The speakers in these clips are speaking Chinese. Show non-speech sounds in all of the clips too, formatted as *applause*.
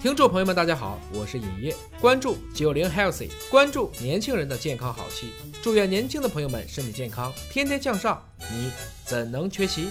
听众朋友们，大家好，我是尹烨，关注九零 healthy，关注年轻人的健康好戏，祝愿年轻的朋友们身体健康，天天向上，你怎能缺席？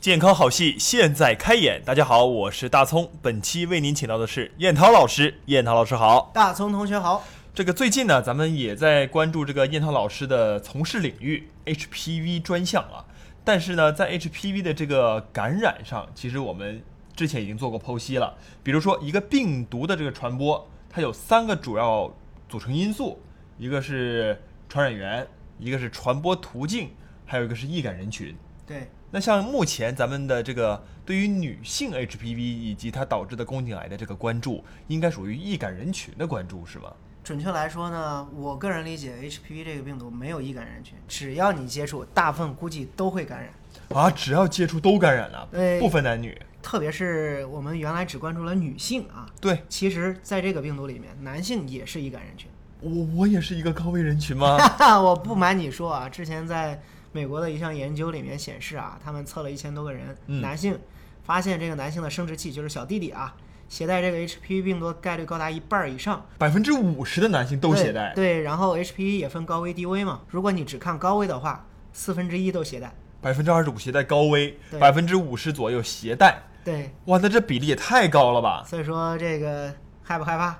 健康好戏现在开演！大家好，我是大葱。本期为您请到的是燕涛老师。燕涛老师好。大葱同学好，这个最近呢，咱们也在关注这个燕涛老师的从事领域 HPV 专项啊。但是呢，在 HPV 的这个感染上，其实我们之前已经做过剖析了。比如说，一个病毒的这个传播，它有三个主要组成因素，一个是传染源，一个是传播途径，还有一个是易感人群。对，那像目前咱们的这个对于女性 HPV 以及它导致的宫颈癌的这个关注，应该属于易感人群的关注是吧？准确来说呢，我个人理解 HPV 这个病毒没有易感人群，只要你接触，大部分估计都会感染。啊，只要接触都感染了，对不分男女。特别是我们原来只关注了女性啊，对其实在这个病毒里面，男性也是易感人群。我我也是一个高危人群 *laughs* 吗？哈哈，我不瞒你说啊，之前在美国的一项研究里面显示啊，他们测了一千多个人，嗯男性发现这个男性的生殖器就是小弟弟啊，携带这个 HPV 病毒的概率高达一半儿以上。百分之五十的男性都携带，对。对，然后 HPV 也分高危低危嘛，如果你只看高危的话，四分之一都携带。百分之二十五携带高危，对百分之五十左右携带。对，哇，那这比例也太高了吧！所以说这个害不害怕？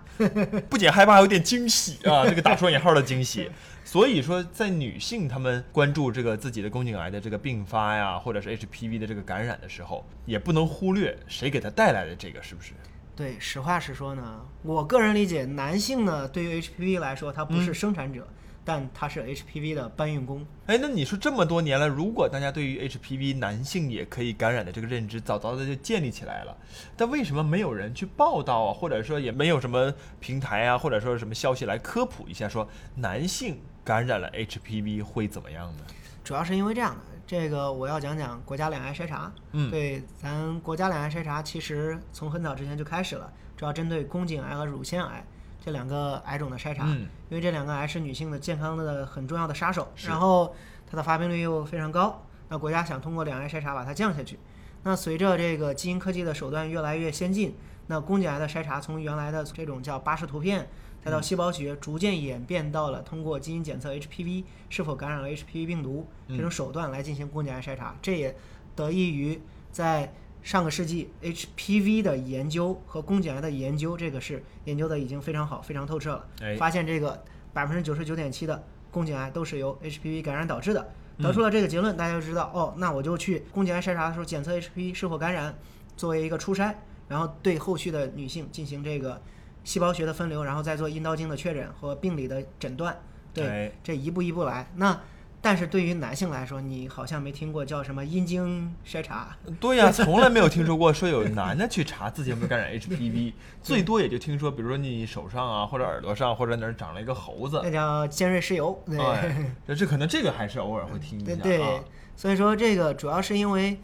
不仅害怕，还有点惊喜啊！这个打双引号的惊喜。所以说，在女性她们关注这个自己的宫颈癌的这个并发呀，或者是 HPV 的这个感染的时候，也不能忽略谁给她带来的这个，是不是？对，实话实说呢，我个人理解，男性呢对于 HPV 来说，他不嗯是生产者，但他是 HPV 的搬运工。哎，那你说这么多年了，如果大家对于 HPV 男性也可以感染的这个认知早早的就建立起来了，但为什么没有人去报道啊？或者说也没有什么平台啊，或者说什么消息来科普一下，说男性感染了 HPV 会怎么样呢？主要是因为这样的，这个我要讲讲国家两癌筛查。嗯对，咱国家两癌筛查其实从很早之前就开始了，主要针对宫颈癌和乳腺癌这两个癌种的筛查，嗯因为这两个癌是女性的健康的很重要的杀手，是然后它的发病率又非常高，那国家想通过两癌筛查把它降下去。那随着这个基因科技的手段越来越先进，那宫颈癌的筛查从原来的这种叫巴氏图片，再嗯到细胞学，逐渐演变到了通过基因检测 HPV 是否感染了 HPV 病毒嗯这种手段来进行宫颈癌筛查。这也得益于在上个世纪 HPV 的研究和宫颈癌的研究，这个是研究的已经非常好、非常透彻了。哎发现这个百分之九十九点七的宫颈癌都是由 HPV 感染导致的。嗯得出了这个结论，大家就知道哦，那我就去宫颈癌筛查的时候检测 HPV 是否感染，作为一个初筛，然后对后续的女性进行这个细胞学的分流，然后再做阴道镜的确诊和病理的诊断。对，哎这一步一步来。那但是对于男性来说，你好像没听过叫什么阴茎筛查。对呀、从来没有听说过说有男的去查自己有没有感染 HPV，最嗯多也就听说，比如说你手上啊，或者耳朵上，或者哪儿长了一个猴子那，叫尖锐湿疣。对、呃哎，这这可能这个还是偶尔会听一下嗯对啊。对，所以说这个主要是因为，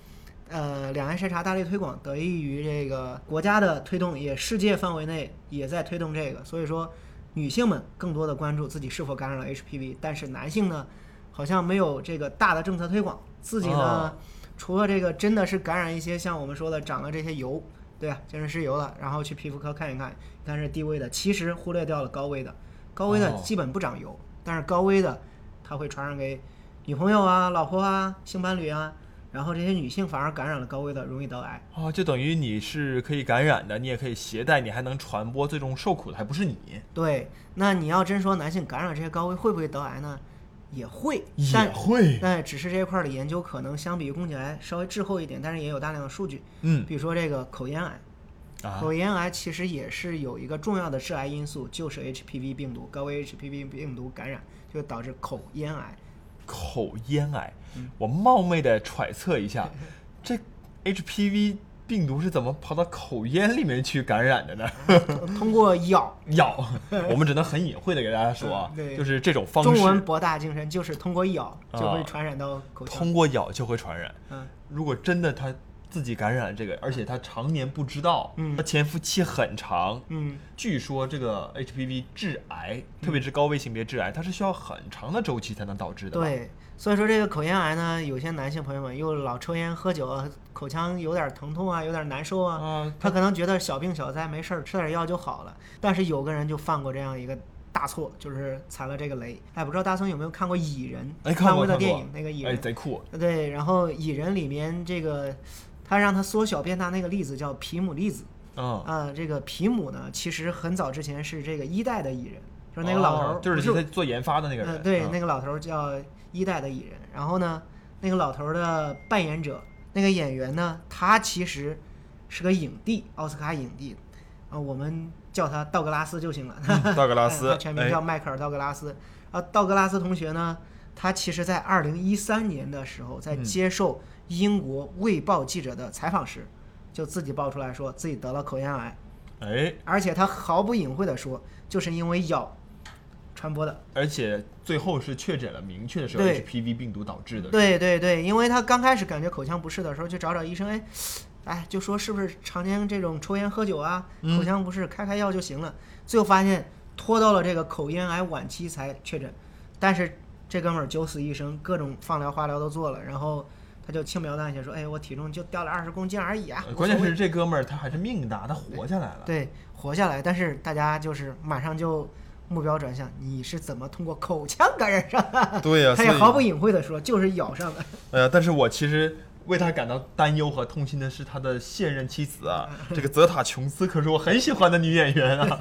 呃，两岸筛查大力推广，得益于这个国家的推动，也世界范围内也在推动这个，所以说女性们更多的关注自己是否感染了 HPV，但是男性呢，好像没有这个大的政策推广，自己呢，哦除了这个真的是感染一些像我们说的长了这些疣。对啊，精神湿疣了，然后去皮肤科看一看，你看是低危的，其实忽略掉了高危的，高危的哦基本不长疣，但是高危的它会传染给女朋友啊、老婆啊、性伴侣啊，然后这些女性反而感染了高危的，容易得癌。啊，就等于你是可以感染的，你也可以携带，你还能传播，最终受苦的还不是你，对，那你要真说男性感染这些高危会不会得癌呢？也会，但会。但只是这一块儿的研究可能相比于宫颈癌稍微滞后一点，但是也有大量的数据，嗯比如说这个口咽癌，啊，口咽癌其实也是有一个重要的致癌因素，就是 HPV 病毒，高危 HPV 病毒感染就导致口 *laughs* 咽癌。口咽癌，嗯我冒昧的揣测一 *laughs* 下，这 HPV 病毒是怎么跑到口咽里面去感染的 *laughs* 呢？通过咬，咬，我们只能很隐晦的给大家说啊嗯，对就是这种方中文式，博大精深，就是通过咬就啊会传染到口腔。通过咬就会传染。嗯，如果真的他自己感染了这个，而且他常年不知道，嗯他潜伏期很长。嗯，据说这个 HPV 致癌，特别是高危性别致癌，它是需要很长的周期才能导致的。，对，所以说这个口咽癌呢，有些男性朋友们又老抽烟喝酒啊，口腔有点疼痛啊，有点难受啊，啊，他可能觉得小病小灾没事儿，吃点药就好了。但是有个人就犯过这样一个大错，就是踩了这个雷。哎，不知道大松有没有看过《蚁人》？哎看过漫威的看电过影那个蚁哎，人。贼酷，对，然后《蚁人》里面这个，他让他缩小变大那个粒子叫皮姆粒子。嗯，啊、这个皮姆呢，其实很早之前是这个一代的蚁人，就是那个老头儿、哦就不是他做研发的那个呃，人，对，嗯那个老头儿叫一代的蚁人。然后呢，那个老头儿的扮演者，那个演员呢，他其实是个影帝，奥斯卡影帝，啊、我们叫他道格拉斯就行了。 *laughs* 嗯道格拉哎斯他，全名哎，叫迈克尔·道格拉斯。啊，道格拉斯同学呢，他其实在二零一三年的时候，在嗯接受英国《卫报》记者的采访时，就自己爆出来说自己得了口咽癌，哎，而且他毫不隐晦地说，就是因为咬传播的。而且最后是确诊了，明确的是对 HPV 病毒导致的，对对对，因为他刚开始感觉口腔不适的时候，去找找医生，哎，哎，就说是不是常年这种抽烟喝酒啊，嗯口腔不适，开开药就行了。最后发现拖到了这个口咽癌晚期才确诊，但是这哥们儿九死一生，各种放疗化疗都做了，然后他就轻描淡写说，哎，我体重就掉了二十公斤而已啊呃，无关键所谓是这哥们儿他还是命大，他活下来了，对活下来，但是大家就是马上就。目标转向，你是怎么通过口腔感染上的？对呀 *laughs* 他也毫不隐晦的说，就是咬上的。呃，但是我其实为他感到担忧和痛心的是他的现任妻子啊，嗯这个泽塔琼斯可是我很喜欢的女演员 *laughs* 啊。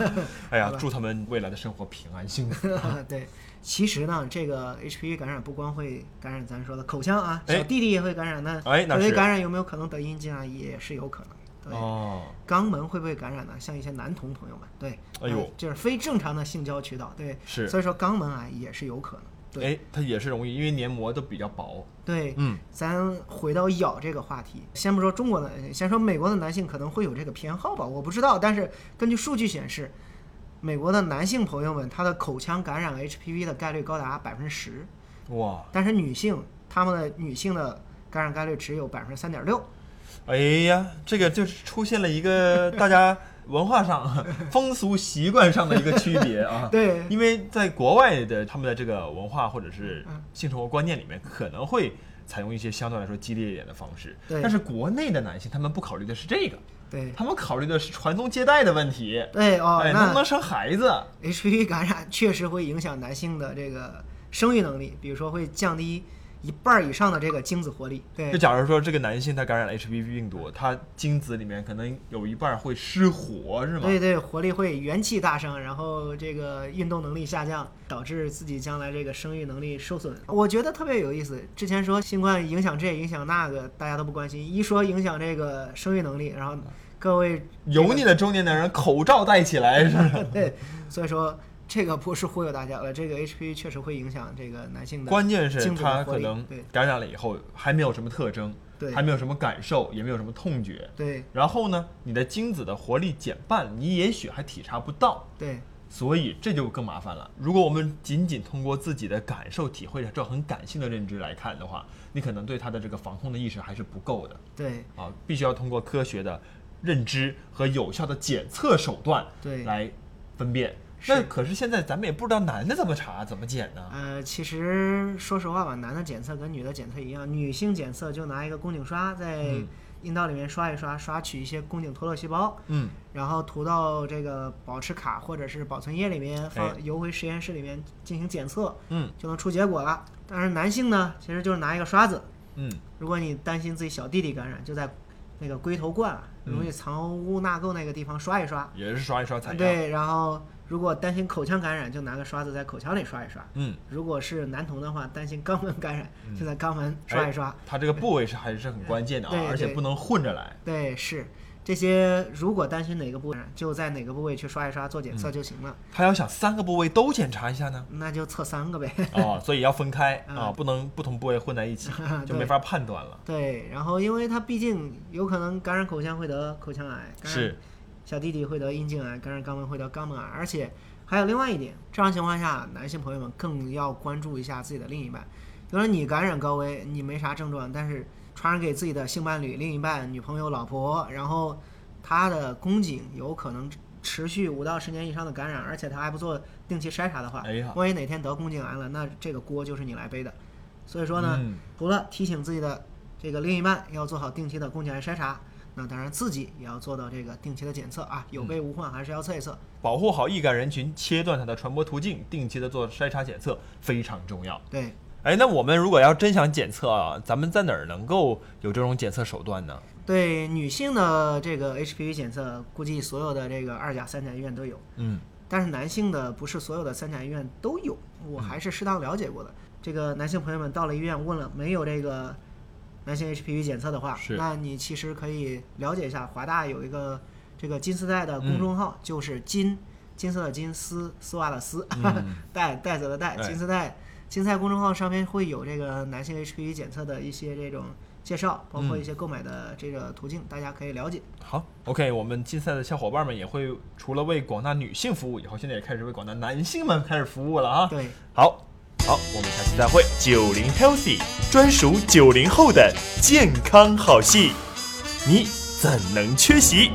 哎呀，祝他们未来的生活平安幸福。 *laughs* 对，其实呢，这个 HPV 感染不光会感染咱说的口腔啊，哎小弟弟也会感染的。哎那所以是感染有没有可能得阴茎啊？也是有可能。对，哦，肛门会不会感染呢？像一些男童朋友们，对，哎呦呃就是非正常的性交渠道，对，是，所以说肛门癌也是有可能。对，哎，他也是容易，因为黏膜都比较薄。对，嗯，咱回到咬这个话题，先不说中国的，先说美国的男性可能会有这个偏好吧，我不知道。但是根据数据显示，美国的男性朋友们他的口腔感染 HPV 的概率高达百分之十。哇，但是女性，她们的女性的感染概率只有百分之三点六。哎呀，这个就是出现了一个大家文化上、 *laughs* 风俗习惯上的一个区别啊。对因为在国外的他们的这个文化或者是嗯性生活观念里面，可能会采用一些相对来说激烈一点的方式。对但是国内的男性他们不考虑的是这个，对他们考虑的是传宗接代的问题。对哦，哎，能不那能生孩子？ HPV 感染确实会影响男性的这个生育能力，比如说会降低一半儿以上的这个精子活力。就对假如说这个男性他感染了 HPV 病毒，他精子里面可能有一半会失活，是吗？对对，活力会元气大伤，然后这个运动能力下降，导致自己将来这个生育能力受损。我觉得特别有意思。之前说新冠影响这影响那个，大家都不关心；一说影响这个生育能力，然后各位 *laughs* 油腻的中年男人口罩戴起来是吧对，所以说这个不是忽悠大家了，这个 HPV 确实会影响这个男性的。关键是精子他的活可力能对感染了以后还没有什么特征，对还没有什么感受，也没有什么痛觉。对然后呢，你的精子的活力减半，你也许还体察不到，对所以这就更麻烦了。如果我们仅仅通过自己的感受、体会这很感性的认知来看的话，你可能对它的这个防控的意识还是不够的对啊，必须要通过科学的认知和有效的检测手段对，来分辨。是那可是现在咱们也不知道男的怎么查、怎么检呢？呃，其实说实话吧，男的检测跟女的检测一样，女性检测就拿一个宫颈刷在嗯阴道里面刷一刷，刷取一些宫颈脱落细胞，嗯，然后涂到这个保持卡或者是保存液里面，哎放游回实验室里面进行检测，嗯，就能出结果了。但是男性呢，其实就是拿一个刷子，嗯，如果你担心自己小弟弟感染，就在那个龟头冠啊，容嗯易藏污纳垢那个地方刷一刷。也是刷一刷采样。，对，然后如果担心口腔感染，就拿个刷子在口腔里刷一刷。嗯，如果是男童的话，担心肛门感染，就在肛门刷一刷。它这个部位是还是很关键的啊对，而且对不能混着来。对，是这些。如果担心哪个部位感染，就在哪个部位去刷一刷，做检嗯测就行了。他要想三个部位都检查一下 *laughs* 呢。那就测三个呗。啊，所以要分开嗯，啊，不能不同部位混在一 *laughs* 起 *laughs* 就对没法判断了。对，然后因为它毕竟有可能感染口腔会得口腔癌，感染是，小弟弟会得阴茎癌，感染肛门会得肛门癌，而且还有另外一点，正常情况下，男性朋友们更要关注一下自己的另一半。比如说你感染高危，你没啥症状，但是传染给自己的性伴侣、另一半、女朋友、老婆，然后她的宫颈有可能持续五到十年以上的感染，而且她还不做定期筛查的话，哎呀万一哪天得宫颈癌了，那这个锅就是你来背的。所以说呢，嗯除了提醒自己的这个另一半要做好定期的宫颈癌筛查，那当然自己也要做到这个定期的检测啊，有备无患还是要测一测。保护好易感人群，切断它的传播途径，定期的做筛查检测非常重要。对，哎，那我们如果要真想检测啊，咱们在哪儿能够有这种检测手段呢？对女性的这个 HPV 检测，估计所有的这个二甲、三甲医院都有。嗯，但是男性的不是所有的三甲医院都有，嗯我还是适当了解过的。这个男性朋友们到了医院问了没有这个男性 HPV 检测的话，是那你其实可以了解一下华大有一个这个金丝带的公众号，就是金金色的金丝丝袜的丝、嗯 *laughs* 带带子的带哎金丝带。金丝带公众号上面会有这个男性 HPV 检测的一些这种介绍，包嗯括一些购买的这个途径，大家可以了解。好，OK，我们竞赛的小伙伴们也会除了为广大女性服务以后，现在也开始为广大男性们开始服务了啊。对，好，好，我们下期再会。九零 Healthy 专属九零后的健康好戏，你怎能缺席？